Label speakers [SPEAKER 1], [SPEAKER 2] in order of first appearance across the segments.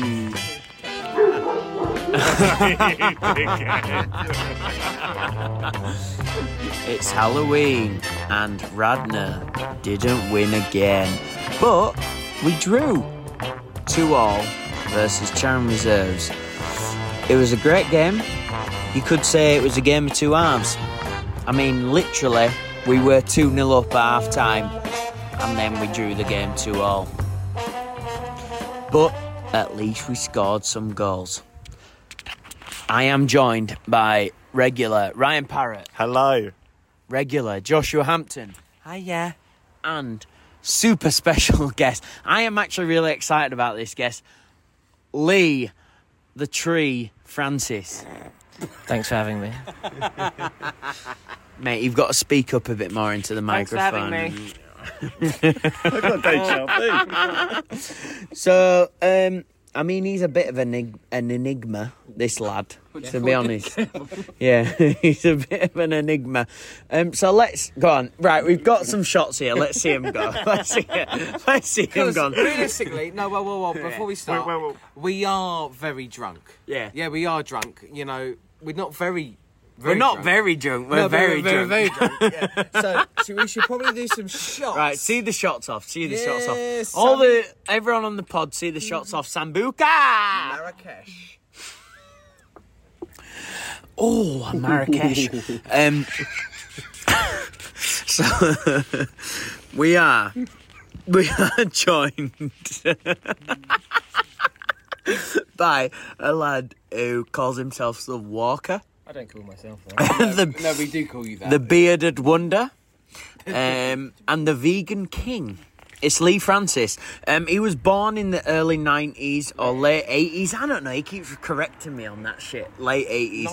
[SPEAKER 1] Ooh. It's Halloween and Radna didn't win again. But we drew. Two all versus Chatham Reserves. It was a great game. You could say it was a game of two halves. I mean, literally, we were 2 0 up at half time and then we drew the game 2 all. But at least we scored some goals. I am joined by regular Ryan Parrott
[SPEAKER 2] Hello.
[SPEAKER 1] regular Joshua Hampton
[SPEAKER 2] Hiya.
[SPEAKER 1] and super special guest. I am actually really excited about this guest, Lee the Tree Francis.
[SPEAKER 3] Thanks for having me.
[SPEAKER 1] Mate, you've got to speak up a bit more into the
[SPEAKER 4] Thanks for
[SPEAKER 1] microphone.
[SPEAKER 4] having me.
[SPEAKER 1] So, um, I mean, he's a bit of an, enig- an enigma, this lad, to be honest. yeah, he's a bit of an enigma. Um, so let's go on. Right, we've got some shots here. Let's see him go. Let's see, let's see him
[SPEAKER 5] Because
[SPEAKER 1] go.
[SPEAKER 5] realistically, no, well, well, well, before we start,
[SPEAKER 2] Wait, wait, wait.
[SPEAKER 5] we are very drunk.
[SPEAKER 1] Yeah.
[SPEAKER 5] Yeah, we are drunk. You know, we're not very. very
[SPEAKER 1] We're not
[SPEAKER 5] drunk.
[SPEAKER 1] very drunk. We're
[SPEAKER 5] No, but
[SPEAKER 1] very,
[SPEAKER 5] we're
[SPEAKER 1] drunk.
[SPEAKER 5] very, very drunk. Yeah. So, so we should probably do some shots.
[SPEAKER 1] Right, see the shots off. See the shots off.
[SPEAKER 5] Yes,
[SPEAKER 1] All
[SPEAKER 5] Sam-
[SPEAKER 1] the everyone on the pod see the shots off. Sambuca.
[SPEAKER 5] Marrakesh.
[SPEAKER 1] Oh, Marrakesh. um, so we are we are joined by a lad who calls himself the Walker,
[SPEAKER 3] I don't call myself that.
[SPEAKER 1] the
[SPEAKER 5] No, we do call you that.
[SPEAKER 1] the bearded wonder, um, and the vegan king. It's Lee Francis. Um, he was born in the early 90s or late 80s. I don't know. He keeps correcting me on that shit. Late 80s.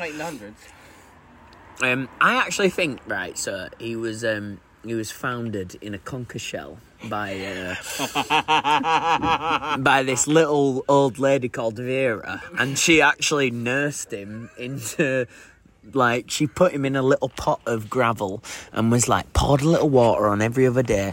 [SPEAKER 5] 1900s.
[SPEAKER 1] Um, I actually think, right, so he was um, he was founded in a conker shell by uh, by this little old lady called Vera. And she actually nursed him into like she put him in a little pot of gravel and was like poured a little water on every other day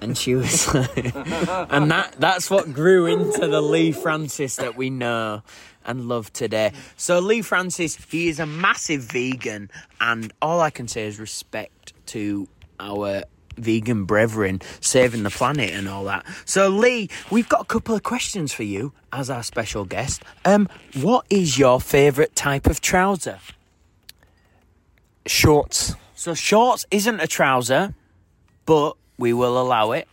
[SPEAKER 1] and she was like and that that's what grew into the lee francis that we know and love today so lee francis he is a massive vegan and all i can say is respect to our vegan brethren saving the planet and all that so lee we've got a couple of questions for you as our special guest um what is your favorite type of trouser
[SPEAKER 3] Shorts.
[SPEAKER 1] so shorts isn't a trouser, but we will allow it.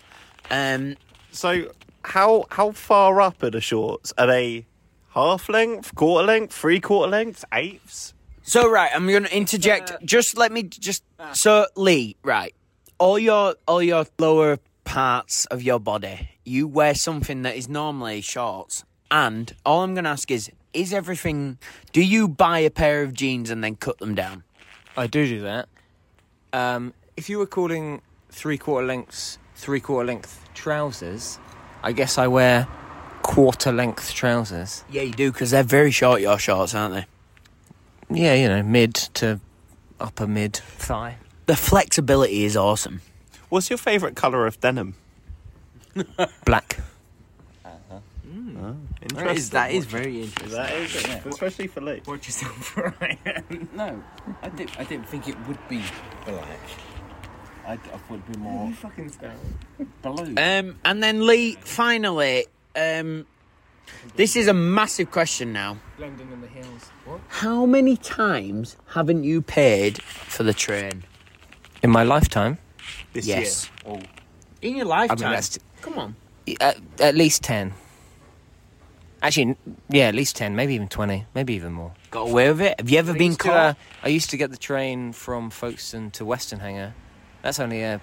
[SPEAKER 1] Um,
[SPEAKER 2] So, how how far up are the shorts? Are they half length, quarter length, three quarter lengths, eighths?
[SPEAKER 1] so right, I'm going to interject. Just let me just. So Lee, right, all your all your lower parts of your body, you wear something that is normally shorts. And all I'm going to ask is, is everything? Do you buy a pair of jeans and then cut them down?
[SPEAKER 3] I do do that. Um, if you were calling three quarter lengths three quarter length trousers, I guess I wear quarter length trousers.
[SPEAKER 1] Yeah, you do because they're very short. Your shorts, aren't they?
[SPEAKER 3] Yeah, you know, mid to upper mid thigh.
[SPEAKER 1] The flexibility is awesome.
[SPEAKER 2] What's your favourite colour of denim?
[SPEAKER 3] Black.
[SPEAKER 5] That is, that is very interesting.
[SPEAKER 2] That is, especially for Lee.
[SPEAKER 3] Watch yourself, Ryan.
[SPEAKER 5] No, I didn't, I didn't think it would be black. I, I thought it'd be more
[SPEAKER 3] Fucking
[SPEAKER 5] blue.
[SPEAKER 1] Um, and then Lee, finally, um, this is a massive question now.
[SPEAKER 3] London in the hills. What?
[SPEAKER 1] How many times haven't you paid for the train?
[SPEAKER 3] In my lifetime,
[SPEAKER 2] This
[SPEAKER 1] yes.
[SPEAKER 3] Oh.
[SPEAKER 1] In your lifetime.
[SPEAKER 3] that's-
[SPEAKER 1] Come on.
[SPEAKER 3] at, at least ten. Actually, n- yeah, at least ten, maybe even twenty, maybe even more.
[SPEAKER 1] Got away with it? Have you ever
[SPEAKER 3] I
[SPEAKER 1] been
[SPEAKER 3] used to,
[SPEAKER 1] caught?
[SPEAKER 3] uh, I used to get the train from Folkestone to Westonhanger. That's only a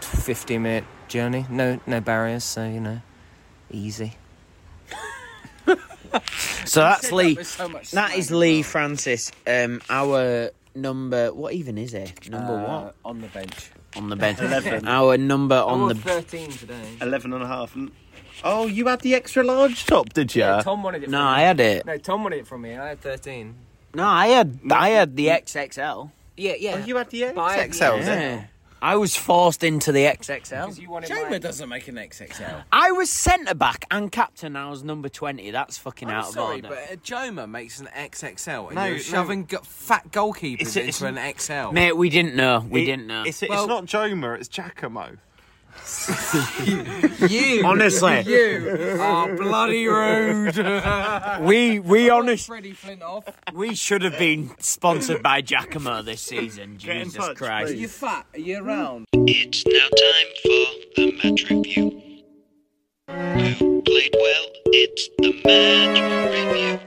[SPEAKER 3] fifty-minute journey. No, no barriers, so you know, easy.
[SPEAKER 1] so that's Lee.
[SPEAKER 5] There's so much
[SPEAKER 1] That is
[SPEAKER 5] slang
[SPEAKER 1] Lee
[SPEAKER 5] as
[SPEAKER 1] Francis, um, our number. What even is it?
[SPEAKER 5] well.
[SPEAKER 1] Number
[SPEAKER 5] Uh,
[SPEAKER 1] what?
[SPEAKER 5] On the bench.
[SPEAKER 1] On the bench.
[SPEAKER 2] Eleven.
[SPEAKER 1] Our number on
[SPEAKER 3] Oh,
[SPEAKER 5] On
[SPEAKER 1] the.
[SPEAKER 5] 13 today.
[SPEAKER 2] 11 and a half. Oh, you had the extra large top, did you?
[SPEAKER 3] Tom wanted it.
[SPEAKER 1] No, I had it.
[SPEAKER 3] No, Tom wanted it from me. I had thirteen.
[SPEAKER 1] No, I had. I had the XXL.
[SPEAKER 3] Yeah, yeah.
[SPEAKER 2] Oh, you had the
[SPEAKER 3] But I-
[SPEAKER 2] XXL,
[SPEAKER 1] Yeah. I was forced into the XXL.
[SPEAKER 5] Chamber doesn't make an XXL.
[SPEAKER 1] I was centre back and captain. I was number twenty. That's fucking
[SPEAKER 5] I'm
[SPEAKER 1] out
[SPEAKER 5] sorry,
[SPEAKER 1] of
[SPEAKER 5] but
[SPEAKER 1] order.
[SPEAKER 5] a Joma makes an XXL, and
[SPEAKER 2] No,
[SPEAKER 5] you're
[SPEAKER 2] no.
[SPEAKER 5] shoving go- fat goalkeepers
[SPEAKER 2] It's a-
[SPEAKER 5] into
[SPEAKER 2] it's
[SPEAKER 5] an XL.
[SPEAKER 1] Mate, we didn't know. We
[SPEAKER 2] It-
[SPEAKER 1] didn't know.
[SPEAKER 2] It's, it's
[SPEAKER 5] Well-
[SPEAKER 2] not Joma, it's Giacomo.
[SPEAKER 5] you,
[SPEAKER 1] Honestly.
[SPEAKER 5] you are bloody rude.
[SPEAKER 1] we we honest
[SPEAKER 5] Freddie Flintoff,
[SPEAKER 1] we should have been sponsored by Giacomo this season.
[SPEAKER 2] Get in
[SPEAKER 1] Jesus
[SPEAKER 2] touch,
[SPEAKER 1] Christ.
[SPEAKER 2] please.
[SPEAKER 5] you fat, you're round.
[SPEAKER 4] It's now time for the match review. Who played well? It's the match review.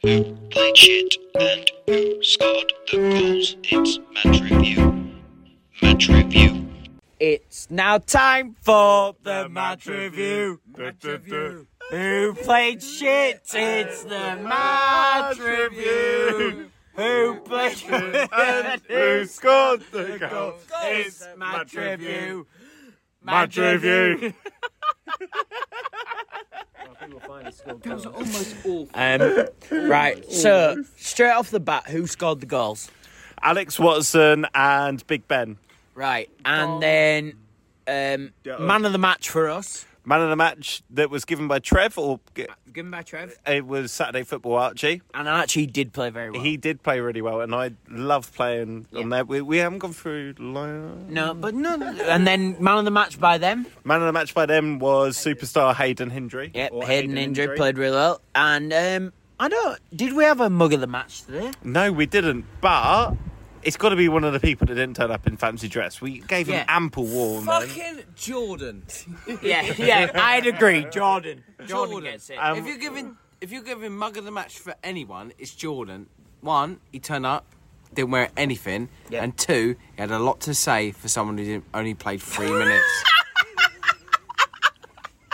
[SPEAKER 4] Who played shit and who scored the goals? It's match review. Match review.
[SPEAKER 1] It's now time for the match
[SPEAKER 2] match
[SPEAKER 1] review.
[SPEAKER 2] review.
[SPEAKER 1] Who played shit? It's the match review. Who played shit?
[SPEAKER 2] And who scored the goal? It's match review. Match review.
[SPEAKER 5] That was almost awful.
[SPEAKER 1] Um, right, so straight off the bat, who scored the goals?
[SPEAKER 2] Alex Watson and Big Ben.
[SPEAKER 1] Right, and then um, man of the match for us,
[SPEAKER 2] Man of the match that was given by Trev, or
[SPEAKER 1] given by Trev,
[SPEAKER 2] it was Saturday Football Archie.
[SPEAKER 1] and actually did play very well.
[SPEAKER 2] He did play really well, and I love playing on there. We, we haven't gone through. Line.
[SPEAKER 1] no, but no, and then man of the match by them.
[SPEAKER 2] Man of the match by them was superstar Hayden Hendry.
[SPEAKER 1] Yep,
[SPEAKER 2] or
[SPEAKER 1] Hayden Injury
[SPEAKER 2] Hendry.
[SPEAKER 1] played really well, and um, I don't. Did we have a mug of the match today?
[SPEAKER 2] No, we didn't. But it's got to be one of the people that didn't turn up in fancy dress. We gave
[SPEAKER 1] Yeah.
[SPEAKER 2] him ample warning.
[SPEAKER 5] Fucking Jordan.
[SPEAKER 1] yeah, yeah, I'd agree. Jordan, Jordan,
[SPEAKER 5] Jordan.
[SPEAKER 1] gets it.
[SPEAKER 2] Um,
[SPEAKER 5] if you're giving if you're giving mug of the match for anyone, it's Jordan. One, he turned up, didn't wear anything,
[SPEAKER 1] Yeah.
[SPEAKER 5] and two, he had a lot to say for someone who didn't, only played three minutes.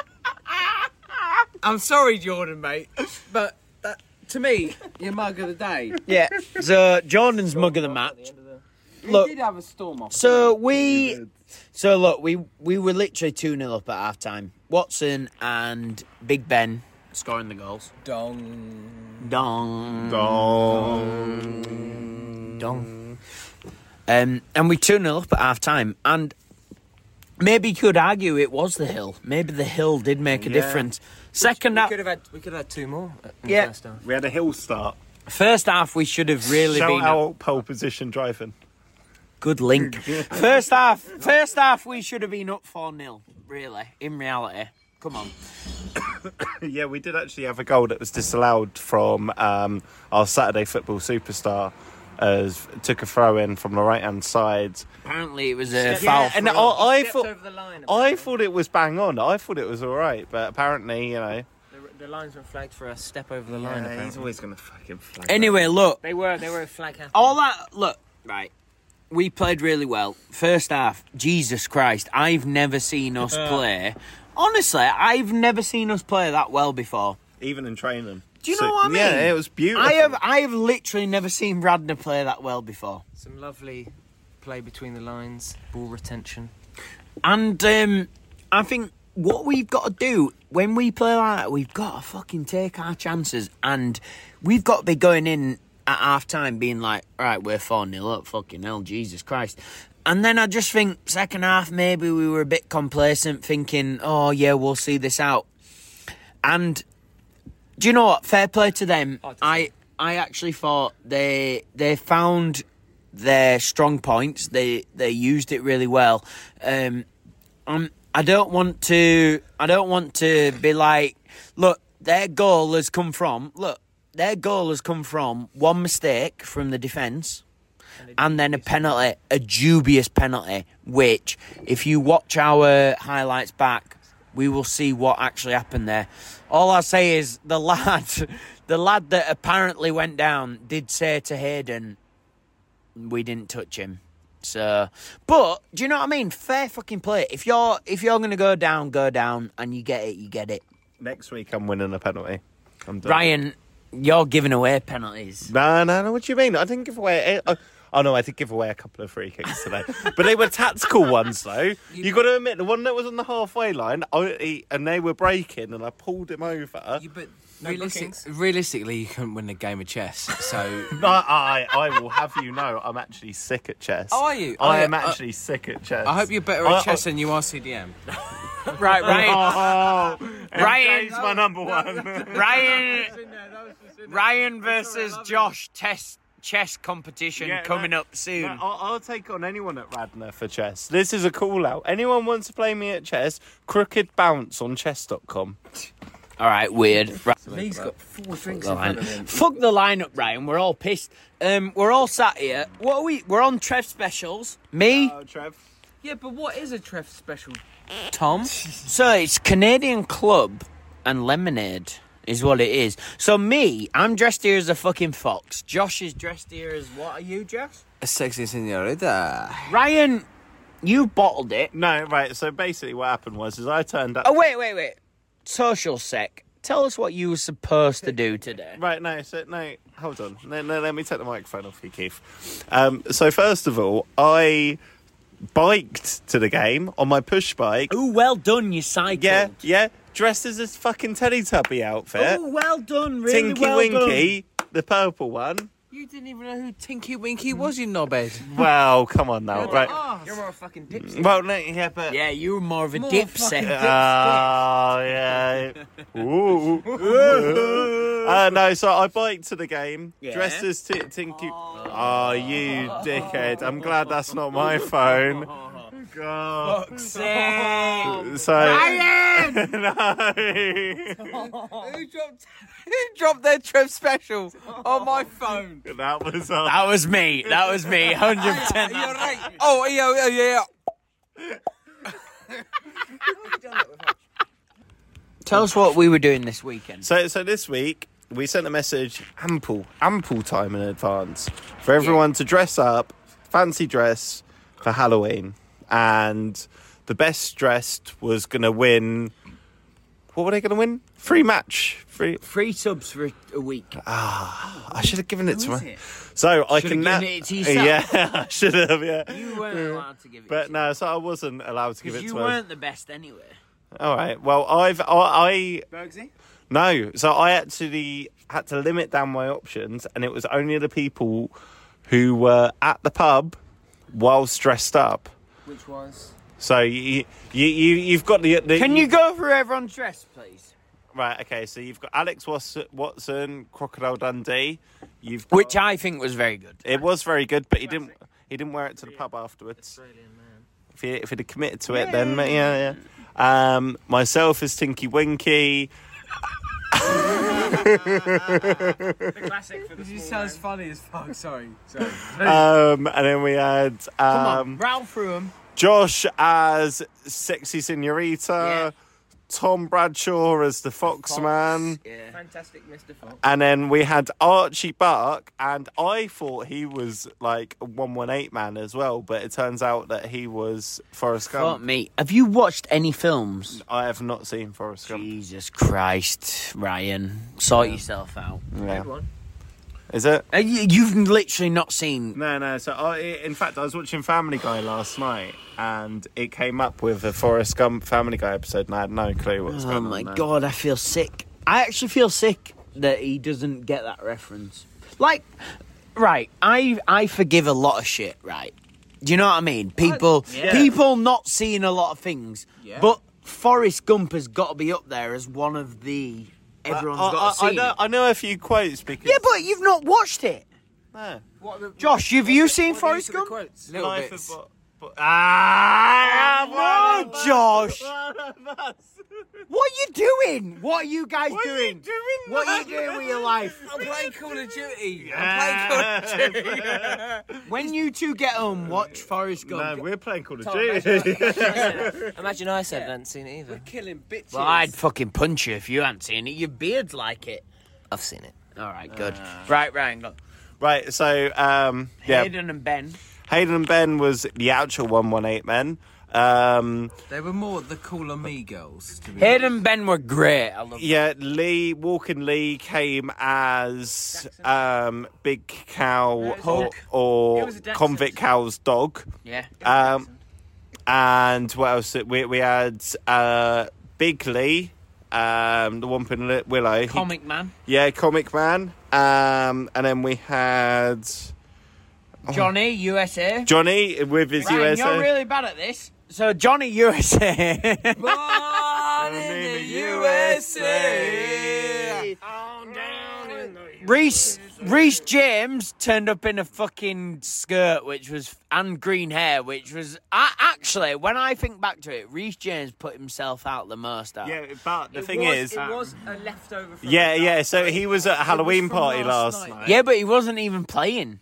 [SPEAKER 5] I'm sorry, Jordan, mate, but that, to me, your mug of the day.
[SPEAKER 1] yeah, so Jordan's mug of the match. Look,
[SPEAKER 5] he did have a storm off.
[SPEAKER 1] So we, so look, we we were literally two 0 up at half time. Watson and Big Ben scoring the goals.
[SPEAKER 5] Dong.
[SPEAKER 1] Dong
[SPEAKER 2] Oh.
[SPEAKER 1] dong. Um, and we two 0 up at half time, and maybe you could argue it was the hill. Maybe the hill did make a difference. Second half,
[SPEAKER 5] We could have had we could have had two more. in the
[SPEAKER 1] Yeah.
[SPEAKER 5] first half.
[SPEAKER 2] We had a hill start.
[SPEAKER 1] first half, we should have really
[SPEAKER 2] Shout
[SPEAKER 1] been a-
[SPEAKER 2] out pole position driving.
[SPEAKER 1] Good link. first half, first half, we should have been up four 0 Really, in reality, come on.
[SPEAKER 2] Yeah, we did actually have a goal that was disallowed from um, our Saturday football superstar. As took a throw in from the right hand side.
[SPEAKER 1] Apparently, it was a foul.
[SPEAKER 2] Yeah, and I,
[SPEAKER 1] throw.
[SPEAKER 2] I
[SPEAKER 3] Stepped
[SPEAKER 2] thought
[SPEAKER 3] over the line.
[SPEAKER 2] I thought it was bang on. I thought it was all right, but apparently, you know,
[SPEAKER 3] The, the linesman flagged for a step over the line.
[SPEAKER 2] Yeah, he's
[SPEAKER 3] apparently.
[SPEAKER 2] always gonna fucking flag.
[SPEAKER 1] Anyway, look,
[SPEAKER 3] They were they were a flag happy.
[SPEAKER 1] all that look right. We played really well. First half, Jesus Christ, I've never seen us play. Honestly, I've never seen us play that well before.
[SPEAKER 2] even in training.
[SPEAKER 1] Do you know what I mean?
[SPEAKER 2] Yeah, it was beautiful.
[SPEAKER 1] I have, I have literally never seen Radner play that well before.
[SPEAKER 3] Some lovely play between the lines, ball retention.
[SPEAKER 1] And um, I think what we've got to do when we play like that, we've got to fucking take our chances. And we've got to be going in at half time being like, right, we're 4 nil up, fucking hell, Jesus Christ. And then I just think, second half, maybe we were a bit complacent, thinking, oh, yeah, we'll see this out. And do you know what? Fair play to them.
[SPEAKER 3] Oh, it doesn't-
[SPEAKER 1] I I actually thought they they found their strong points. They they used it really well. Um, um, I don't want to. I don't want to be like, look, their goal has come from look, their goal has come from one mistake from the defence, and then a penalty, a dubious penalty. Which, if you watch our highlights back, we will see what actually happened there. All I say is the lad, the lad that apparently went down, did say to Hayden, we didn't touch him. So, but do you know what I mean? Fair fucking play. If you're if you're gonna go down, go down, and you get it, you get it.
[SPEAKER 2] Next week, I'm winning a penalty. I'm done.
[SPEAKER 1] Ryan, you're giving away penalties.
[SPEAKER 2] No, no, no. What do you mean? I didn't give away. Oh, oh no, I did give away a couple of free kicks today, but they were tactical ones, though. You got to admit, the one that was on the halfway line, I, he- and they were breaking, and I pulled him over.
[SPEAKER 5] You, but
[SPEAKER 3] No
[SPEAKER 5] Realistic,
[SPEAKER 3] bookings.
[SPEAKER 5] realistically, you couldn't win a game of chess. So,
[SPEAKER 2] No, I, I will have you know, I'm actually sick at chess.
[SPEAKER 5] Are you?
[SPEAKER 2] I
[SPEAKER 5] I-
[SPEAKER 2] am
[SPEAKER 5] I-
[SPEAKER 2] actually sick at chess.
[SPEAKER 5] I hope you're better
[SPEAKER 2] I-
[SPEAKER 5] at chess than you are CDM.
[SPEAKER 1] Right, Ryan.
[SPEAKER 2] Oh,
[SPEAKER 1] Ryan-
[SPEAKER 2] Ryan's my number one.
[SPEAKER 1] Ryan. Ryan versus Josh test chess competition
[SPEAKER 2] Yeah,
[SPEAKER 1] coming
[SPEAKER 2] no,
[SPEAKER 1] up soon.
[SPEAKER 2] No, I'll, I'll take on anyone at Radnor for chess. This is a call out. Anyone wants to play me at chess? Crooked bounce on chess.com.
[SPEAKER 1] All right, weird. Right.
[SPEAKER 5] Lee's got four drinks
[SPEAKER 1] the line. Fuck the lineup, Ryan. We're all pissed. Um, we're all sat here. What are we? We're on Trev specials. Me.
[SPEAKER 2] Trev.
[SPEAKER 5] Yeah, but what is a Treff special? Tom?
[SPEAKER 1] So it's Canadian Club and Lemonade is what it is. So me, I'm dressed here as a fucking fox. Josh is dressed here as what are you, Josh?
[SPEAKER 5] A sexy senorita.
[SPEAKER 1] Ryan, you bottled it.
[SPEAKER 2] No, right. So basically, what happened was, is I turned up.
[SPEAKER 1] Oh wait, wait, wait. Social sec. Tell us what you were supposed to do today.
[SPEAKER 2] Right, no, so, no, hold on. No, no, let me take the microphone off you, Keith. Um, so, first of all, I biked to the game on my push bike.
[SPEAKER 1] Ooh, well done, you cycled.
[SPEAKER 2] yeah, yeah, dressed as this fucking Teletubby outfit.
[SPEAKER 1] Ooh, well done, really
[SPEAKER 2] Tinky
[SPEAKER 1] well
[SPEAKER 2] Winky, the purple one.
[SPEAKER 5] You didn't even know who Tinky Winky
[SPEAKER 2] Mm.
[SPEAKER 5] was, you knobhead.
[SPEAKER 2] Well, come on now, right.
[SPEAKER 5] Arse.
[SPEAKER 3] You're a fucking dipstick.
[SPEAKER 2] Well, no, yeah, but.
[SPEAKER 1] done. Yeah, you were more of a
[SPEAKER 5] More
[SPEAKER 1] dip sec.
[SPEAKER 5] fucking
[SPEAKER 2] Oh, yeah. Ooh. uh, no, so I biked to the game,
[SPEAKER 1] Yeah.
[SPEAKER 2] dressed as t- Tinky. Oh. you dickhead. I'm glad that's not my phone. God. So. no.
[SPEAKER 5] who, dropped, who dropped their Treff special on my phone?
[SPEAKER 2] that was. Uh,
[SPEAKER 1] That was me. That was me. Hundred percent.
[SPEAKER 5] You're right. Oh, yeah, yeah, yeah.
[SPEAKER 1] Tell us what we were doing this weekend.
[SPEAKER 2] So, so this week we sent a message ample, ample time in advance for everyone to dress up, fancy dress for Halloween, and the best dressed was gonna win. What were they gonna win? Free match. Free.
[SPEAKER 1] Free subs for a week.
[SPEAKER 2] I should have given it to
[SPEAKER 1] is
[SPEAKER 2] her.
[SPEAKER 1] it?
[SPEAKER 2] So I
[SPEAKER 1] Should
[SPEAKER 2] can
[SPEAKER 1] have
[SPEAKER 2] now.
[SPEAKER 1] given it to yourself.
[SPEAKER 2] Yeah, I should have. Yeah.
[SPEAKER 1] You weren't allowed to give it.
[SPEAKER 2] But no, so I wasn't allowed to give it
[SPEAKER 1] you
[SPEAKER 2] to her.
[SPEAKER 1] weren't the best anyway.
[SPEAKER 2] All right. Well, I've I, I
[SPEAKER 5] Bergsy?
[SPEAKER 2] No, so I actually had to limit down my options, and it was only the people who were at the pub whilst dressed up.
[SPEAKER 5] Which was?
[SPEAKER 2] So you you, you you've got the, the
[SPEAKER 1] Can you go through everyone's dress, please?
[SPEAKER 2] right? Okay, so you've got Alex Watson, Watson Crocodile Dundee. You've got,
[SPEAKER 1] Which I think was very good.
[SPEAKER 2] it was very good, but he didn't he didn't wear it to the pub afterwards. If he if he'd have committed to it, then yeah, yeah. Um, myself as Tinky Winky.
[SPEAKER 5] It just sounds funny as fuck. Sorry. Sorry.
[SPEAKER 2] Um, and then we had um,
[SPEAKER 1] Round through them.
[SPEAKER 2] Josh as sexy senorita,
[SPEAKER 1] Yeah.
[SPEAKER 2] Tom Bradshaw as the Foxman,
[SPEAKER 1] Yeah.
[SPEAKER 3] Fantastic Mr. Fox.
[SPEAKER 2] and then we had Archie Buck, and I thought he was like a one one eight man as well, but it turns out that he was Forrest
[SPEAKER 1] Fuck
[SPEAKER 2] Gump.
[SPEAKER 1] me. Have you watched any films?
[SPEAKER 2] I have not seen Forrest Gump.
[SPEAKER 1] Jesus Christ, Ryan. Sort yourself out.
[SPEAKER 2] Yeah.
[SPEAKER 3] one.
[SPEAKER 2] Is it?
[SPEAKER 1] Uh, you- You've literally not seen.
[SPEAKER 2] No, no. So, I, in fact, I was watching Family Guy last night, and it came up with a Forrest Gump Family Guy episode, and I had no clue what was
[SPEAKER 1] Oh
[SPEAKER 2] going
[SPEAKER 1] my
[SPEAKER 2] on. there.
[SPEAKER 1] god, I feel sick. I actually feel sick that he doesn't get that reference. Like, right? I I forgive a lot of shit, right? Do you know what I mean? People
[SPEAKER 2] Yeah.
[SPEAKER 1] people not seeing a lot of things,
[SPEAKER 5] Yeah.
[SPEAKER 1] but Forrest Gump has got to be up there as one of the everyone's
[SPEAKER 2] I,
[SPEAKER 1] got to see.
[SPEAKER 2] I, I, know, I know a few quotes because
[SPEAKER 1] Yeah, but you've not watched it,
[SPEAKER 2] No.
[SPEAKER 1] Josh. Have you seen Forrest Gump?
[SPEAKER 5] Quotes. Little
[SPEAKER 2] Life
[SPEAKER 5] bits.
[SPEAKER 2] of Bo- Bo- Ah,
[SPEAKER 1] No,
[SPEAKER 2] one of
[SPEAKER 1] Josh.
[SPEAKER 2] us, one of us.
[SPEAKER 1] What are you doing? What are you guys
[SPEAKER 2] What are you
[SPEAKER 1] doing?
[SPEAKER 2] doing?
[SPEAKER 1] What are you
[SPEAKER 2] man?
[SPEAKER 1] doing with your life?
[SPEAKER 5] I'm playing Call of Duty. I'm playing Call of Duty.
[SPEAKER 2] Yeah.
[SPEAKER 1] When you two get home, watch Forrest
[SPEAKER 2] No,
[SPEAKER 1] Gump.
[SPEAKER 2] we're playing Call of Duty.
[SPEAKER 3] Imagine I said I hadn't seen it either.
[SPEAKER 5] Killing bitches.
[SPEAKER 1] Well, I'd fucking punch you if you hadn't seen it. Your beard's like it.
[SPEAKER 3] I've seen it.
[SPEAKER 1] All right, good. right, Ryan, go.
[SPEAKER 2] right, so um, yeah, Hayden.
[SPEAKER 1] Hayden and Ben.
[SPEAKER 2] and Ben was the actual one one eight men. Um,
[SPEAKER 5] They were more the cooler me girls. To be
[SPEAKER 1] Hayden and Ben were great. I love
[SPEAKER 2] yeah, Lee Walking Lee came as um, Big Cow or, or Convict Cow's dog.
[SPEAKER 1] Yeah.
[SPEAKER 2] Um, and what else? did- We we had uh, Big Lee um, the Wampin Li- Willow. He-
[SPEAKER 5] Comic man,
[SPEAKER 2] yeah, Comic Man. Um, and then we had
[SPEAKER 1] Johnny USA.
[SPEAKER 2] Johnny with his
[SPEAKER 1] Ryan,
[SPEAKER 2] USA.
[SPEAKER 1] you're really bad at this. So Johnny USA.
[SPEAKER 5] born
[SPEAKER 2] in the
[SPEAKER 5] USA.
[SPEAKER 1] Reese Reese James turned up in a fucking skirt, which was and green hair, which was I, actually when I think back to it, Reese James put himself out the most. Out.
[SPEAKER 2] yeah, but the thing is,
[SPEAKER 6] was a leftover. From
[SPEAKER 2] yeah, yeah. So he was at a Halloween party last, night.
[SPEAKER 1] Yeah, but he wasn't even playing.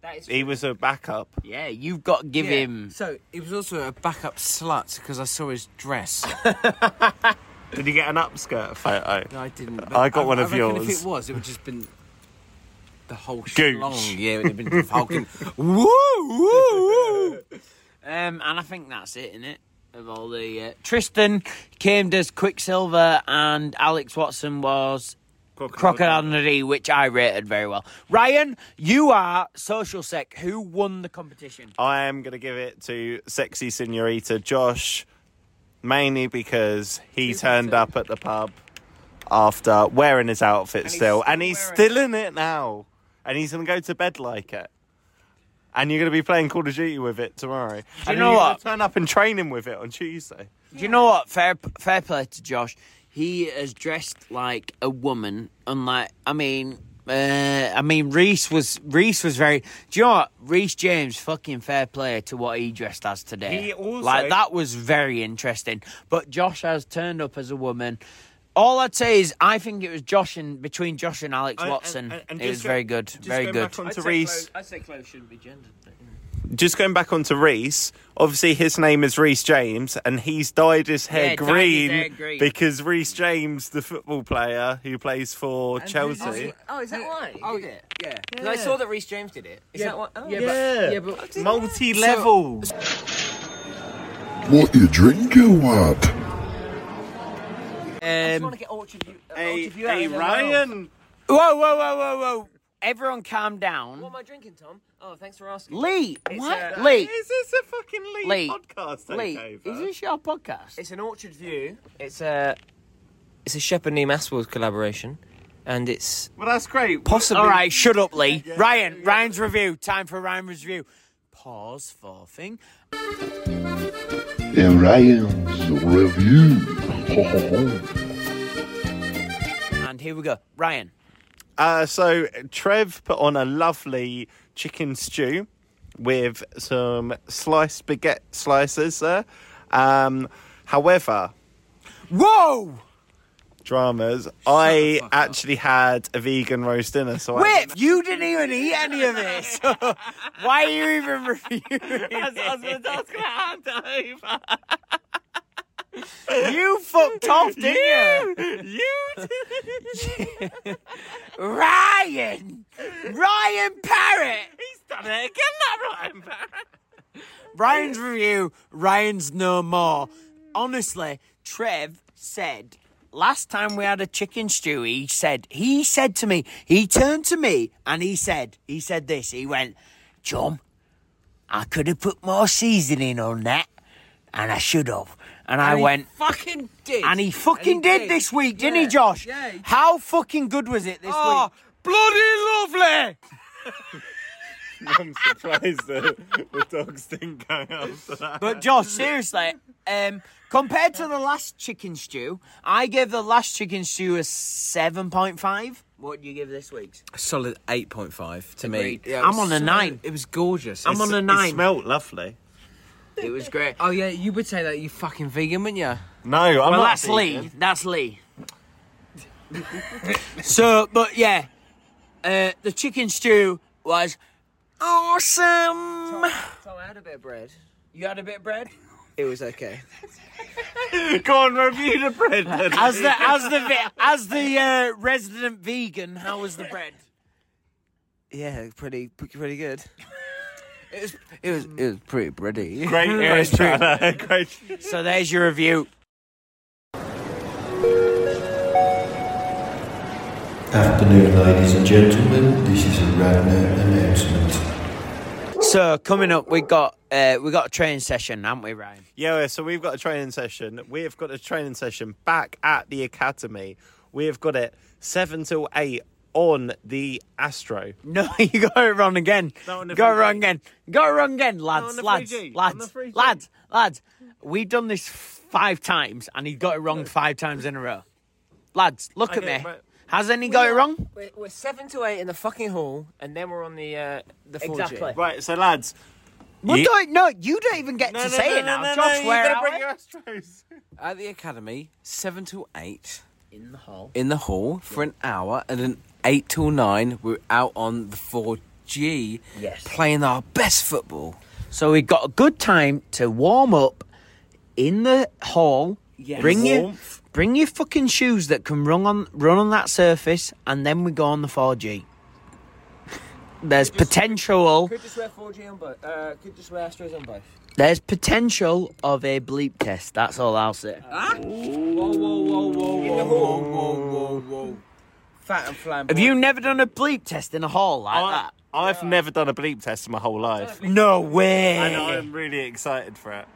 [SPEAKER 6] That is
[SPEAKER 2] He was a backup.
[SPEAKER 1] Yeah, you've got to give him.
[SPEAKER 5] So he was also a backup slut because I saw his dress.
[SPEAKER 2] Did you get an upskirt photo?
[SPEAKER 5] No, I didn't. but
[SPEAKER 2] I got one of
[SPEAKER 5] reckon
[SPEAKER 2] yours.
[SPEAKER 5] If it was, it would just been the whole
[SPEAKER 2] Gooch.
[SPEAKER 5] schlong. Yeah, it would have been the fucking woo woo woo.
[SPEAKER 1] Um, and I think that's it, innit? Of all the uh, Tristan came as Quicksilver, and Alex Watson was Crocodile Dundee, which I rated very well. Ryan, you are social sec. Who won the competition?
[SPEAKER 2] I am going to give it to sexy senorita Josh, mainly because he turned up at the pub after wearing his outfit still, and he's still in it now, and he's going to go to bed like it. And you're going to be playing Call of Duty with it tomorrow. and
[SPEAKER 1] know
[SPEAKER 2] you're gonna
[SPEAKER 1] what?
[SPEAKER 2] Turn up and train him with it on Tuesday.
[SPEAKER 1] Do you know what? Fair, fair play to Josh. He is dressed like a woman. Unlike, I mean, uh, I mean, Reese was Reese was very. Do you know what? Reese James, fucking fair play to what he dressed as today.
[SPEAKER 2] He also-
[SPEAKER 1] like that was very interesting. But Josh has turned up as a woman. All I'd say is, I think it was Josh and between Josh and Alex
[SPEAKER 2] And-
[SPEAKER 1] Watson.
[SPEAKER 2] and- and
[SPEAKER 1] it
[SPEAKER 2] just
[SPEAKER 1] was
[SPEAKER 2] go-
[SPEAKER 1] very good, very good.
[SPEAKER 2] Back onto
[SPEAKER 6] I'd say
[SPEAKER 2] Reese,
[SPEAKER 6] clothes- I'd say clothes shouldn't be gendered. but, you know.
[SPEAKER 2] just going back onto Reese, obviously his name is Reese James, and he's dyed his hair,
[SPEAKER 1] Yeah, dyed his
[SPEAKER 2] green,
[SPEAKER 1] hair green.
[SPEAKER 2] because Reese James, the football player who plays for Chelsea,
[SPEAKER 6] Oh, is that why?
[SPEAKER 5] Oh yeah, yeah.
[SPEAKER 6] 'Cause I saw that Reese James did it. Is that why? Oh, yeah.
[SPEAKER 2] yeah, multi-level.
[SPEAKER 7] What you drinking, what?
[SPEAKER 6] I just
[SPEAKER 1] Um,
[SPEAKER 6] want to get Orchard View. Uh,
[SPEAKER 2] Hey,
[SPEAKER 6] Orchard View out
[SPEAKER 2] hey,
[SPEAKER 6] of there.
[SPEAKER 2] Ryan,
[SPEAKER 1] whoa, whoa, whoa, whoa, whoa! Everyone, calm
[SPEAKER 6] What
[SPEAKER 1] down.
[SPEAKER 6] am I drinking, Tom? Oh, thanks for asking.
[SPEAKER 1] Lee,
[SPEAKER 6] It's,
[SPEAKER 1] what?
[SPEAKER 6] uh,
[SPEAKER 1] Lee,
[SPEAKER 2] is this a fucking Lee,
[SPEAKER 1] Lee,
[SPEAKER 2] podcast
[SPEAKER 1] Lee,
[SPEAKER 2] takeover?
[SPEAKER 1] is this your podcast?
[SPEAKER 6] It's an Orchard View. It's a it's a Shepherd Neem Aswell collaboration, and it's
[SPEAKER 2] well, that's great.
[SPEAKER 6] possibly
[SPEAKER 1] All right, shut up, Lee. Ryan, Ryan's review. Time for Ryan's review. Pause for thing.
[SPEAKER 7] In Ryan's review. Ho, ho, ho.
[SPEAKER 1] And here we go. Ryan.
[SPEAKER 2] Uh, so Trev put on a lovely chicken stew with some sliced baguette slices there. Um, however,
[SPEAKER 1] Whoa!
[SPEAKER 2] dramas. I actually had a vegan roast dinner, so I,
[SPEAKER 1] Whip! You didn't even eat any of this. Why are you even reviewing? you fucked off, didn't you? You did. Ryan! Ryan Parrott! He's done it again, that Ryan Parrott. Ryan's review, Ryan's no more. Honestly, Trev said last time we had a chicken stew, he said, he said to me, he turned to me and he said, he said this, he went, Chum, I could have put more seasoning on that and I should have. And I went,
[SPEAKER 5] Fucking did.
[SPEAKER 1] and he fucking did, this week, didn't he, Josh?
[SPEAKER 5] yeah, he-
[SPEAKER 1] How fucking good was it this
[SPEAKER 5] Oh, bloody lovely.
[SPEAKER 2] I'm surprised that the dogs didn't go after that.
[SPEAKER 1] week? But Josh, seriously, um, compared to the last chicken stew, I gave the last chicken stew a seven point five. What do you give this week's?
[SPEAKER 5] A solid eight point five to
[SPEAKER 1] Agreed.
[SPEAKER 5] me. Yeah, it
[SPEAKER 1] I'm
[SPEAKER 5] was
[SPEAKER 1] on a nine.
[SPEAKER 5] It was gorgeous.
[SPEAKER 1] I'm on a
[SPEAKER 2] It
[SPEAKER 1] nine.
[SPEAKER 2] smelt lovely.
[SPEAKER 1] It was great.
[SPEAKER 5] Oh yeah, you would say that you fucking vegan, wouldn't you?
[SPEAKER 2] No, I'm
[SPEAKER 1] Well,
[SPEAKER 2] not
[SPEAKER 1] that's
[SPEAKER 2] vegan.
[SPEAKER 1] Lee. That's Lee. so, but yeah, uh, the chicken stew was awesome.
[SPEAKER 6] Tom, I had a bit of bread.
[SPEAKER 1] You had a bit of bread.
[SPEAKER 6] It was okay.
[SPEAKER 2] Go on, review the bread. then.
[SPEAKER 1] As the as the ve- as the uh, resident vegan, how was the bread?
[SPEAKER 6] Yeah, pretty pretty good.
[SPEAKER 5] It was. It was. It was pretty pretty.
[SPEAKER 2] great irritant. great.
[SPEAKER 1] So there's your review.
[SPEAKER 8] Afternoon, ladies and gentlemen. This is a round announcement.
[SPEAKER 1] So coming up, we got uh, we got a training session, haven't we, Ryan?
[SPEAKER 2] Yeah, so we've got a training session. We've got a training session back at the academy. We've got it seven till eight on the Astro.
[SPEAKER 1] No, you got it wrong again.
[SPEAKER 2] on the
[SPEAKER 1] Got it
[SPEAKER 2] 3G.
[SPEAKER 1] wrong again. Got it wrong again,
[SPEAKER 2] on
[SPEAKER 1] lads,
[SPEAKER 2] the
[SPEAKER 1] lads,
[SPEAKER 2] 3G. On the
[SPEAKER 1] lads,
[SPEAKER 2] 3G.
[SPEAKER 1] lads, lads. We done this five times, and he got it wrong five times in a row. Lads, look at
[SPEAKER 2] get
[SPEAKER 1] me.
[SPEAKER 2] it, right.
[SPEAKER 1] Has any got it wrong?
[SPEAKER 6] We're, we're seven to eight in the fucking hall, and then we're on the uh, the 4G.
[SPEAKER 1] Exactly.
[SPEAKER 2] Right, so lads,
[SPEAKER 1] Well,
[SPEAKER 5] Ye-
[SPEAKER 1] don't, no, you don't even get to say it now. Josh, where
[SPEAKER 2] you
[SPEAKER 1] are
[SPEAKER 2] bring
[SPEAKER 1] we?
[SPEAKER 2] your Astros.
[SPEAKER 5] At the academy, seven to eight
[SPEAKER 1] In the hall.
[SPEAKER 5] in the hall for an hour, and then eight till nine we're out on the four G,
[SPEAKER 1] Yes.
[SPEAKER 5] playing our best football.
[SPEAKER 1] So we got a good time to warm up in the hall.
[SPEAKER 5] Yes.
[SPEAKER 1] Bring your
[SPEAKER 2] Warmth.
[SPEAKER 1] bring your fucking shoes that can run on run on that surface, and then we go on the 4G. There's potential.
[SPEAKER 6] Could just wear 4G on both. Uh, could just wear Astros on both.
[SPEAKER 1] There's potential of a bleep test. That's all I'll say.
[SPEAKER 6] Uh,
[SPEAKER 5] Whoa, whoa, whoa, whoa, whoa, whoa, whoa, whoa, whoa.
[SPEAKER 6] Fat and flamboyant.
[SPEAKER 1] Have you never done a bleep test in a hall like that?
[SPEAKER 2] I've never done a bleep test in my whole life.
[SPEAKER 1] No way.
[SPEAKER 2] And I'm really excited for it.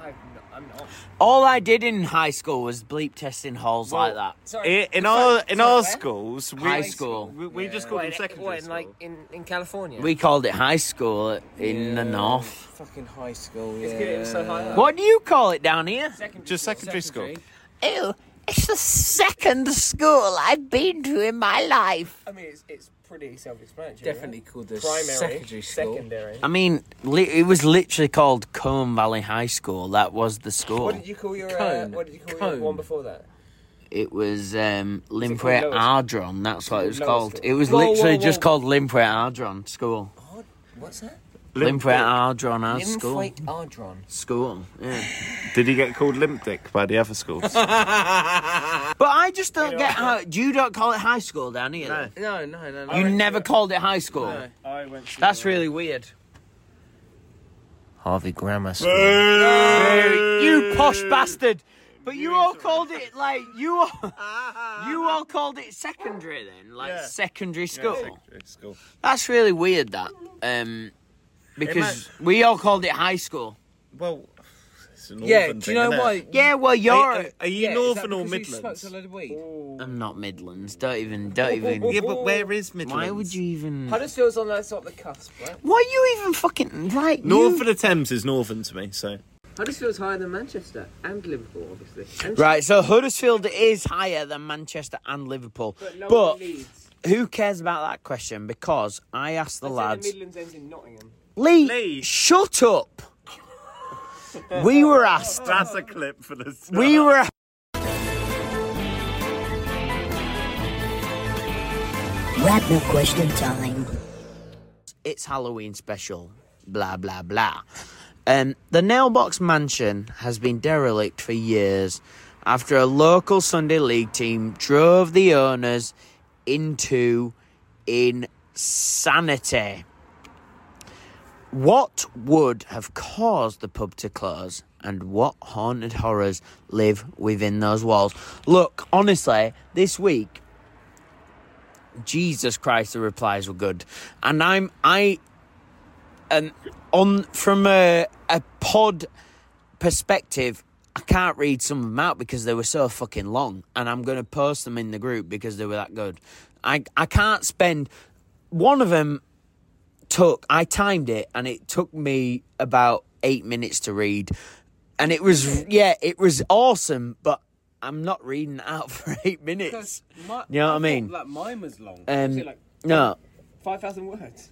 [SPEAKER 6] I've not, I'm not.
[SPEAKER 1] All I did in high school was bleep tests in halls like that.
[SPEAKER 6] Sorry.
[SPEAKER 2] In, in
[SPEAKER 6] sorry,
[SPEAKER 2] our in
[SPEAKER 6] sorry,
[SPEAKER 2] our
[SPEAKER 6] where?
[SPEAKER 2] schools, we,
[SPEAKER 1] High school.
[SPEAKER 2] we, we just called
[SPEAKER 6] What,
[SPEAKER 2] them
[SPEAKER 6] in,
[SPEAKER 2] secondary
[SPEAKER 6] what, in,
[SPEAKER 2] school.
[SPEAKER 6] like in, in California.
[SPEAKER 1] We called it high school in the north.
[SPEAKER 5] Fucking high school. Yeah.
[SPEAKER 6] It's good, it was so high up.
[SPEAKER 1] What do you call it down here?
[SPEAKER 6] Secondary
[SPEAKER 2] Just secondary school.
[SPEAKER 1] Oh, it's the second school I've been to in my life.
[SPEAKER 6] I mean, it's, it's pretty self-explanatory.
[SPEAKER 5] Definitely
[SPEAKER 6] right?
[SPEAKER 5] called the
[SPEAKER 6] primary,
[SPEAKER 5] secondary school.
[SPEAKER 6] secondary.
[SPEAKER 1] I mean, li- it was literally called Cone Valley High School. That was the school.
[SPEAKER 6] What did you call your uh,
[SPEAKER 5] Cone.
[SPEAKER 6] What did you call
[SPEAKER 5] Cone.
[SPEAKER 6] your one before that?
[SPEAKER 1] It was um,
[SPEAKER 6] called
[SPEAKER 1] Limpre
[SPEAKER 6] Lower
[SPEAKER 1] Ardron. That's what it was
[SPEAKER 6] Lower
[SPEAKER 1] called.
[SPEAKER 6] School?
[SPEAKER 1] It was
[SPEAKER 6] Whoa, whoa,
[SPEAKER 1] literally just
[SPEAKER 6] whoa.
[SPEAKER 1] called Limpre Ardron School.
[SPEAKER 6] What's that?
[SPEAKER 1] Limpre Ardron High School.
[SPEAKER 6] Lymphoid Ardron.
[SPEAKER 1] School. Yeah.
[SPEAKER 2] Did he get called limp dick by the other schools?
[SPEAKER 1] But I just don't get how you don't call it high school down here. then?
[SPEAKER 5] No, no, no, no.
[SPEAKER 1] You never called it high school.
[SPEAKER 2] I went to
[SPEAKER 1] That's really weird.
[SPEAKER 6] Harvey Grammar School.
[SPEAKER 1] You posh bastard. But you all called it like you all, you all called it secondary then, like
[SPEAKER 2] Yeah.
[SPEAKER 1] secondary school.
[SPEAKER 2] school.
[SPEAKER 1] That's really weird that. Um because we all called it high school.
[SPEAKER 2] Well, it's an
[SPEAKER 5] Yeah, do you know why?
[SPEAKER 1] Yeah, well you're
[SPEAKER 2] Are, are- are you
[SPEAKER 5] Yeah, is that
[SPEAKER 2] Northern or
[SPEAKER 5] because you smoked
[SPEAKER 2] Midlands?
[SPEAKER 5] a load of weed?
[SPEAKER 6] Oh.
[SPEAKER 1] I'm not Midlands. Don't even don't even
[SPEAKER 2] Yeah, but where is Midlands?
[SPEAKER 1] Why would you even
[SPEAKER 6] Huddersfield's on that sort of the cusp, right?
[SPEAKER 1] Why are you even fucking like
[SPEAKER 2] North of the Thames is northern to me, so.
[SPEAKER 6] Huddersfield's higher than Manchester and Liverpool, obviously. And
[SPEAKER 1] Right, so Huddersfield is higher than Manchester and Liverpool. But,
[SPEAKER 6] no one leads.
[SPEAKER 1] who cares about that question? Because I asked the lads.
[SPEAKER 6] The Midlands ends in Nottingham.
[SPEAKER 1] Lee,
[SPEAKER 2] Lee.
[SPEAKER 1] shut up. we were asked.
[SPEAKER 2] That's a clip for the.
[SPEAKER 1] We were.
[SPEAKER 8] Radner question time.
[SPEAKER 1] It's Halloween special. Blah blah blah. Um, the Nailbox Mansion has been derelict for years after a local Sunday league team drove the owners into insanity. What would have caused the pub to close, and what haunted horrors live within those walls? Look, honestly, this week, Jesus Christ, the replies were good, and I'm I, um, on from a a pod perspective. I can't read some of them out because they were so fucking long, and I'm going to post them in the group because they were that good. I I can't spend one of them took I timed it and it took me about eight minutes to read. And it was yeah, it was awesome, but I'm not reading it out for eight minutes.
[SPEAKER 5] My,
[SPEAKER 1] You know what I
[SPEAKER 5] thought,
[SPEAKER 1] mean?
[SPEAKER 5] Like mine was long.
[SPEAKER 1] Um,
[SPEAKER 6] like-
[SPEAKER 1] no,
[SPEAKER 6] 5,000 words.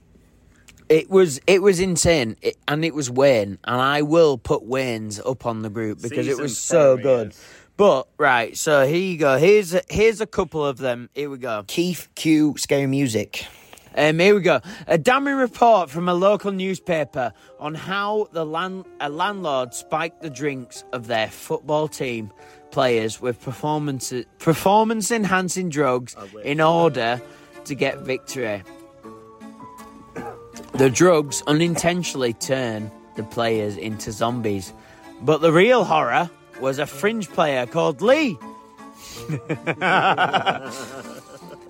[SPEAKER 1] it was it was insane, it, and it was Wayne, and I will put Wayne's up on the group because it was
[SPEAKER 2] Season's
[SPEAKER 1] so
[SPEAKER 2] primary,
[SPEAKER 1] good.
[SPEAKER 2] yes.
[SPEAKER 1] But right, so here you go. Here's a, here's a couple of them. Here we go. Keith Q Scary Music. Um, here we go. A damning report from a local newspaper on how the land, a landlord spiked the drinks of their football team players with performance performance enhancing drugs in order to get victory. The drugs unintentionally turn the players into zombies. But the real horror was a fringe player called Lee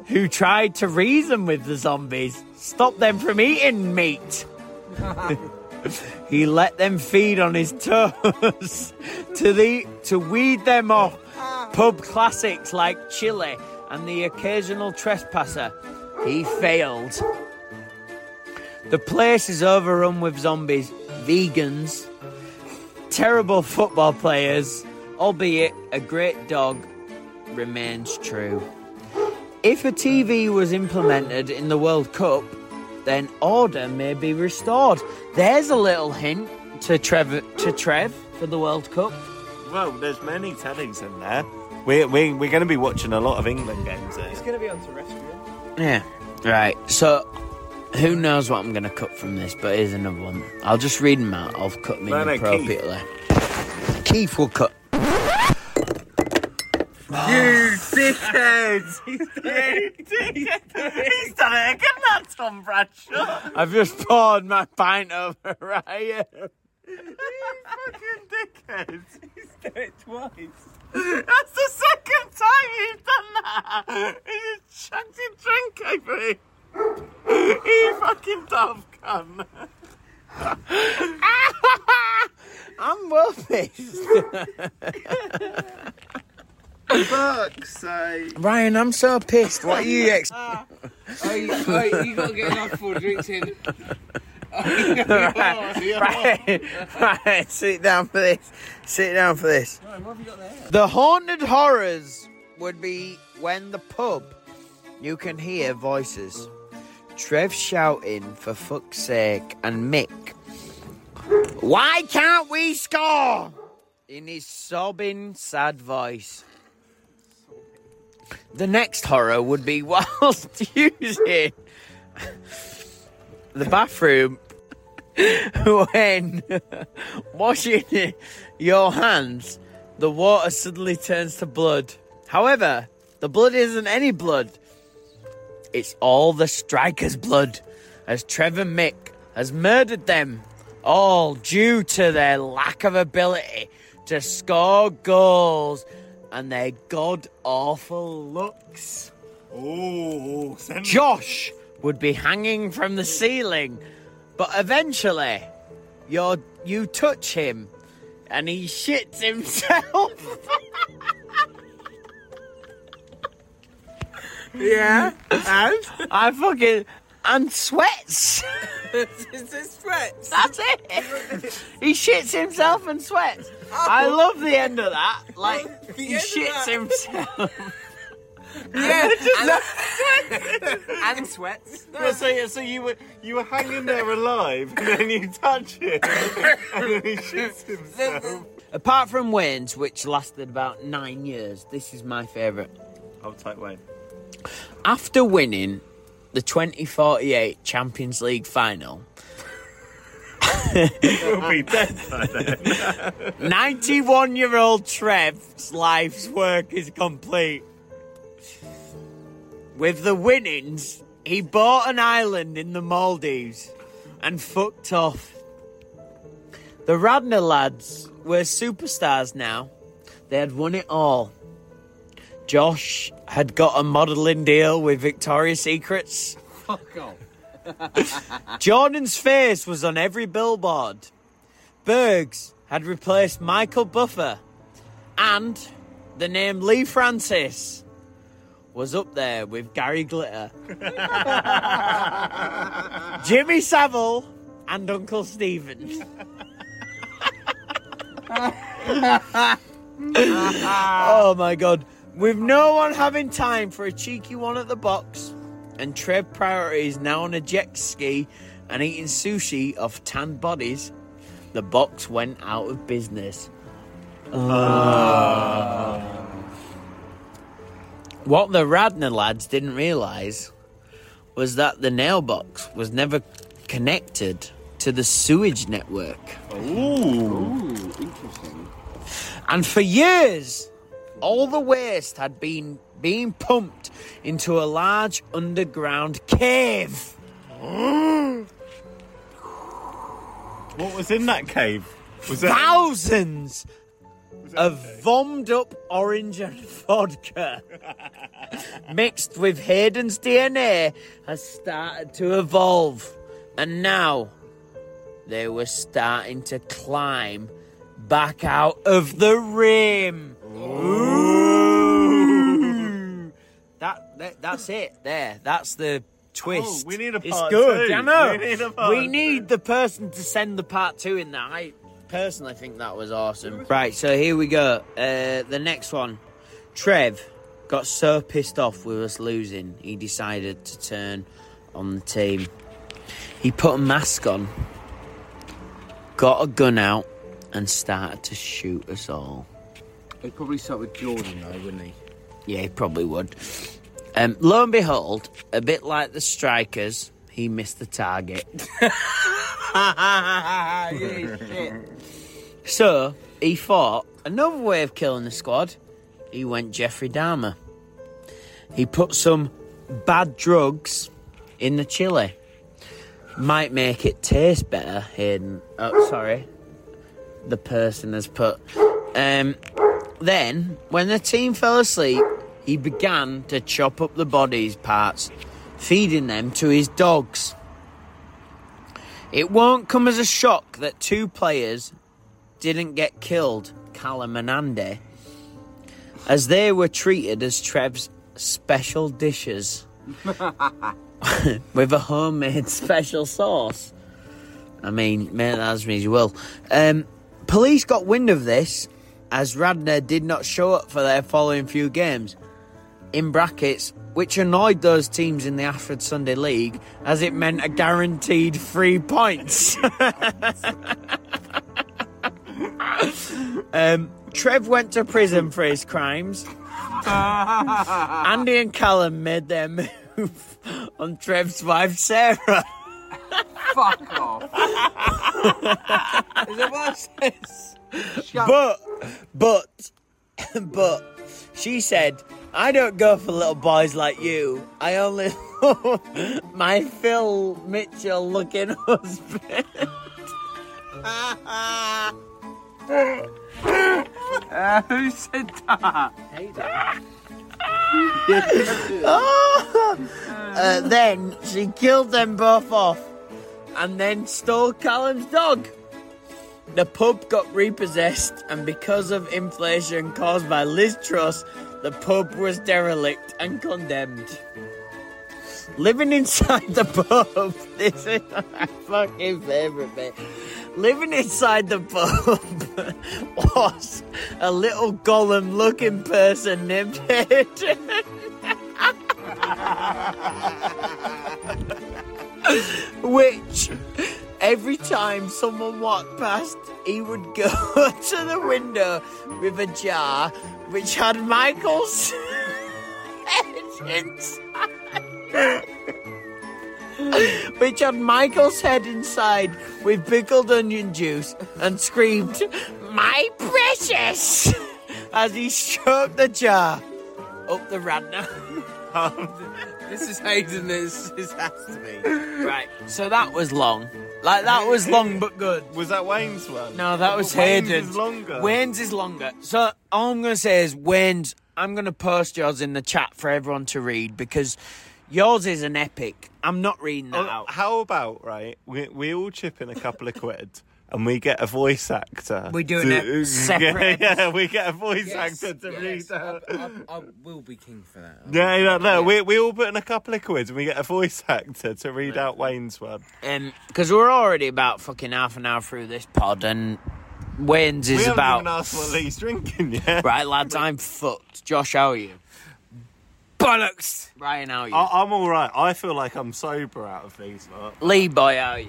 [SPEAKER 1] who tried to reason with the zombies, stop them from eating meat. He let them feed on his toes to the to weed them off. Pub classics like Chile and the occasional trespasser. He failed. The place is overrun with zombies, vegans, terrible football players, albeit a great dog remains true. If a TV was implemented in the World Cup, then order may be restored. There's a little hint to Trev to Trev for the World Cup.
[SPEAKER 2] Well, there's many tellings in there. We're, we we're going to be watching a lot of England games eh? here.
[SPEAKER 6] going to be on terrestrial.
[SPEAKER 1] Yeah. Right. So who knows what I'm going to cut from this, but here's another one. I'll just read them out. I'll cut them
[SPEAKER 2] No,
[SPEAKER 1] in
[SPEAKER 2] no, Keith.
[SPEAKER 1] appropriately. Keith. will cut.
[SPEAKER 2] He's done it again, that Tom Bradshaw.
[SPEAKER 1] I've just poured my pint over Ryan.
[SPEAKER 2] Dickhead.
[SPEAKER 6] Twice.
[SPEAKER 2] That's the second time you've done that. You just chucked your drink over him. You fucking dumb cunt.
[SPEAKER 1] I'm well pissed.
[SPEAKER 2] Fuck's sake.
[SPEAKER 1] Ryan, I'm so pissed. What are you ex-
[SPEAKER 5] Oh, you, oh, you gotta get another four drinks in.
[SPEAKER 1] right, right, sit down for this. Sit down for this. The haunted horrors would be when the pub you can hear voices. Trev shouting for fuck's sake and Mick. Why can't we score? In his sobbing, sad voice. The next horror would be whilst using the bathroom when washing your hands, the water suddenly turns to blood. However, the blood isn't any blood. It's all the striker's blood, as Trevor Mick has murdered them, all due to their lack of ability to score goals and their god awful looks.
[SPEAKER 2] Ooh,
[SPEAKER 1] Josh would be hanging from the ceiling, but eventually, you're, you touch him, and he shits himself.
[SPEAKER 5] Yeah. And
[SPEAKER 1] I fucking and sweats.
[SPEAKER 5] it's a sweat.
[SPEAKER 1] That's it. he shits himself and sweats. I love the end of that. Like he
[SPEAKER 5] Oh. end of
[SPEAKER 1] shits
[SPEAKER 5] that.
[SPEAKER 1] himself.
[SPEAKER 5] Yeah. and, and sweats.
[SPEAKER 2] So, so you were you were hanging there alive, and then you touch it, and then he shoots himself.
[SPEAKER 1] Apart from Wayne's, which lasted about nine years, this is my favourite.
[SPEAKER 2] Hold Oh, tight, Wayne.
[SPEAKER 1] after winning the 2048 Champions League final,
[SPEAKER 2] We'll be dead by then.
[SPEAKER 1] 91 year old Trev's life's work is complete. With the winnings, he bought an island in the Maldives and fucked off. The Radnor lads were superstars now. They had won it all. Josh had got a modelling deal with Victoria's Secrets.
[SPEAKER 5] Fuck off.
[SPEAKER 1] Jordan's face was on every billboard. Bergs had replaced Michael Buffer, and the name Lee Francis was up there with Gary Glitter, Jimmy Savile, and Uncle Stephen. oh my god. With no one having time for a cheeky one at the box, and Trev Priority is now on a jet ski and eating sushi off tanned bodies, the box went out of business. What the Radnor lads didn't realise was that the nail box was never connected to the sewage network. And for years, all the waste had been being pumped into a large underground cave.
[SPEAKER 2] What was in that cave? Was that
[SPEAKER 1] Thousands of vommed up orange and vodka mixed with Hayden's DNA has started to evolve. And now they were starting to climb back out of the rim. Ooh. That, that that's it. There, that's the twist.
[SPEAKER 9] Oh, we need a
[SPEAKER 1] It's
[SPEAKER 9] part
[SPEAKER 1] good.
[SPEAKER 9] two.
[SPEAKER 1] I know.
[SPEAKER 9] We need a part
[SPEAKER 1] We need the person to send the part two in that. I personally think that was awesome. Right, so here we go. Uh, the next one, Trev got so pissed off with us losing, he decided to turn on the team. He put a mask on, got a gun out, and started to shoot us all.
[SPEAKER 5] He'd probably start with Jordan, though, wouldn't he?
[SPEAKER 1] Yeah, he probably would. Um, lo and behold, a bit like the strikers, he missed the target. So he thought another way of killing the squad. He went Jeffrey Dahmer. He put some bad drugs in the chili. Might make it taste better. Hayden, oh sorry, the person has put. Um, then when the team fell asleep, he began to chop up the bodies parts, feeding them to his dogs. It won't come as a shock that two players didn't get killed, Callum and Andy, as they were treated as Trev's special dishes with a homemade special sauce. I mean, make that as means you will. Um, police got wind of this as Radner did not show up for their following few games, in brackets, which annoyed those teams in the Ashford Sunday League as it meant a guaranteed three points. Um, Trev went to prison for his crimes. Andy and Callum made their move on Trev's wife, Sarah.
[SPEAKER 5] Fuck off. Is it worse than this?
[SPEAKER 1] But, but, but, she said, I don't go for little boys like you. I only love my Phil Mitchell looking husband.
[SPEAKER 5] Who said that?
[SPEAKER 1] Uh, then she killed them both off and then stole Callum's dog. The pub got repossessed, and because of inflation caused by Liz Truss, the pub was derelict and condemned. Living inside the pub, this is my fucking favourite bit. Living inside the pub was a little golem looking person named Hayden. which every time someone walked past, he would go to the window with a jar which had Michael's head inside. which had Michael's head inside with pickled onion juice and screamed, My precious! as he stroked the jar up the Radnor.
[SPEAKER 5] This is Hayden. This, this has to be.
[SPEAKER 1] Right, so that was long. Like, that was long but good.
[SPEAKER 2] Was that Wayne's one?
[SPEAKER 1] No, that was
[SPEAKER 2] Wayne's
[SPEAKER 1] Hayden.
[SPEAKER 2] is longer.
[SPEAKER 1] Wayne's is longer. So all I'm gonna say is Wayne's. I'm gonna post yours in the chat for everyone to read because yours is an epic. I'm not reading that
[SPEAKER 2] Oh,
[SPEAKER 1] out.
[SPEAKER 2] How about right? We we all chip in a couple of quid. And we get a voice actor.
[SPEAKER 1] We do an
[SPEAKER 2] to-
[SPEAKER 1] ep- separate
[SPEAKER 2] Yeah, we get a voice actor to read out.
[SPEAKER 5] I, I, I will be king for that.
[SPEAKER 2] No, no, no. We, we all put in a couple of quid and we get a voice actor to read out Wayne's one.
[SPEAKER 1] because Um, we're already about fucking half an hour through this pod, and Wayne's
[SPEAKER 2] we
[SPEAKER 1] is
[SPEAKER 2] haven't
[SPEAKER 1] about
[SPEAKER 2] even asked what Lee's drinking yet.
[SPEAKER 1] right, lads. I'm fucked. Josh, how are you?
[SPEAKER 5] Bollocks!
[SPEAKER 1] Ryan, how are you?
[SPEAKER 2] I, I'm all right. I feel like I'm sober out of these lot.
[SPEAKER 1] Lee boy, how are you?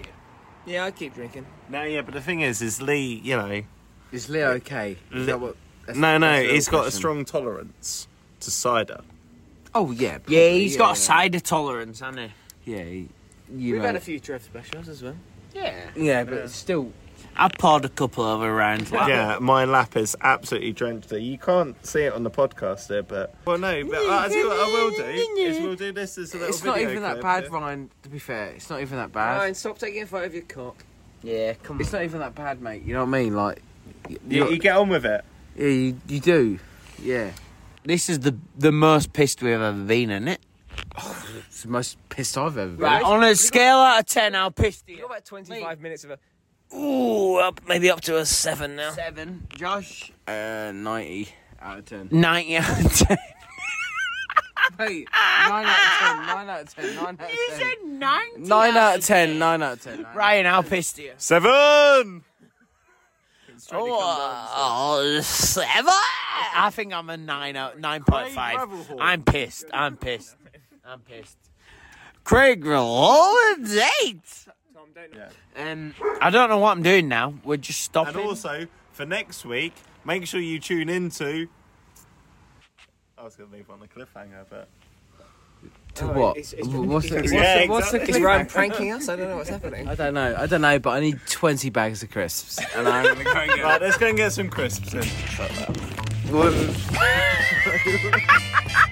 [SPEAKER 6] Yeah, I keep drinking.
[SPEAKER 2] No, yeah, but the thing is, is Lee, you know,
[SPEAKER 5] Is Leo okay? Is that what, that's-
[SPEAKER 2] no, no,
[SPEAKER 5] that's the
[SPEAKER 2] he's got a
[SPEAKER 5] question.
[SPEAKER 2] strong tolerance to cider.
[SPEAKER 5] Oh yeah. Probably,
[SPEAKER 1] Yeah, he's got a
[SPEAKER 5] yeah.
[SPEAKER 1] cider tolerance, hasn't he?
[SPEAKER 5] Yeah. He, you
[SPEAKER 6] We've
[SPEAKER 5] know.
[SPEAKER 6] had a few Trev specials as well.
[SPEAKER 5] Yeah, but it's still.
[SPEAKER 1] I poured a couple over rounds. Like,
[SPEAKER 2] Yeah, my lap is absolutely drenched. There, you can't see it on the podcast there, but well, no, but I, I tell you what I will do is we'll do this as a little
[SPEAKER 5] It's not
[SPEAKER 2] video
[SPEAKER 5] even that
[SPEAKER 2] clip.
[SPEAKER 5] bad, Ryan. To be fair, it's not even that bad.
[SPEAKER 6] Ryan, stop taking a photo of your cock.
[SPEAKER 1] yeah, come on.
[SPEAKER 5] It's not even that bad, mate. You know what I mean? Like, you,
[SPEAKER 2] You, you get on with it.
[SPEAKER 5] yeah, you, you do. Yeah,
[SPEAKER 1] This is the the most pissed we've ever been, isn't it?
[SPEAKER 5] it's the most pissed I've ever been.
[SPEAKER 1] Right. On a scale out of ten, how pissed are
[SPEAKER 6] You got
[SPEAKER 1] you?
[SPEAKER 6] about 25 minutes of a. Ooh, up maybe up to a seven now.
[SPEAKER 5] Seven. Josh. Uh, ninety out of ten.
[SPEAKER 1] Ninety out of ten.
[SPEAKER 5] Wait, nine out of ten. Nine out of ten. Nine out of ten.
[SPEAKER 1] ninety.
[SPEAKER 5] Nine out of ten. Nine out of ten. nine
[SPEAKER 1] Ryan, how pissed are you?
[SPEAKER 2] Seven.
[SPEAKER 1] Oh, seven. I think I'm a nine out nine point five.
[SPEAKER 5] Gravelhorn.
[SPEAKER 1] I'm pissed. I'm pissed. I'm pissed. Craig Rollins eight. Um, I don't know what I'm doing now. We're just
[SPEAKER 2] And
[SPEAKER 1] stopping.
[SPEAKER 2] also for next week, make sure you tune into. I was going to leave on the cliffhanger, but
[SPEAKER 5] To what? What's the- what's
[SPEAKER 2] Yeah,
[SPEAKER 5] the- what's the
[SPEAKER 2] exactly.
[SPEAKER 5] clip?
[SPEAKER 6] Ryan pranking us? I don't know what's happening.
[SPEAKER 5] I don't know. I don't know, but I need twenty bags of crisps, and I'm gonna go and get
[SPEAKER 2] right, let's go and get some crisps in.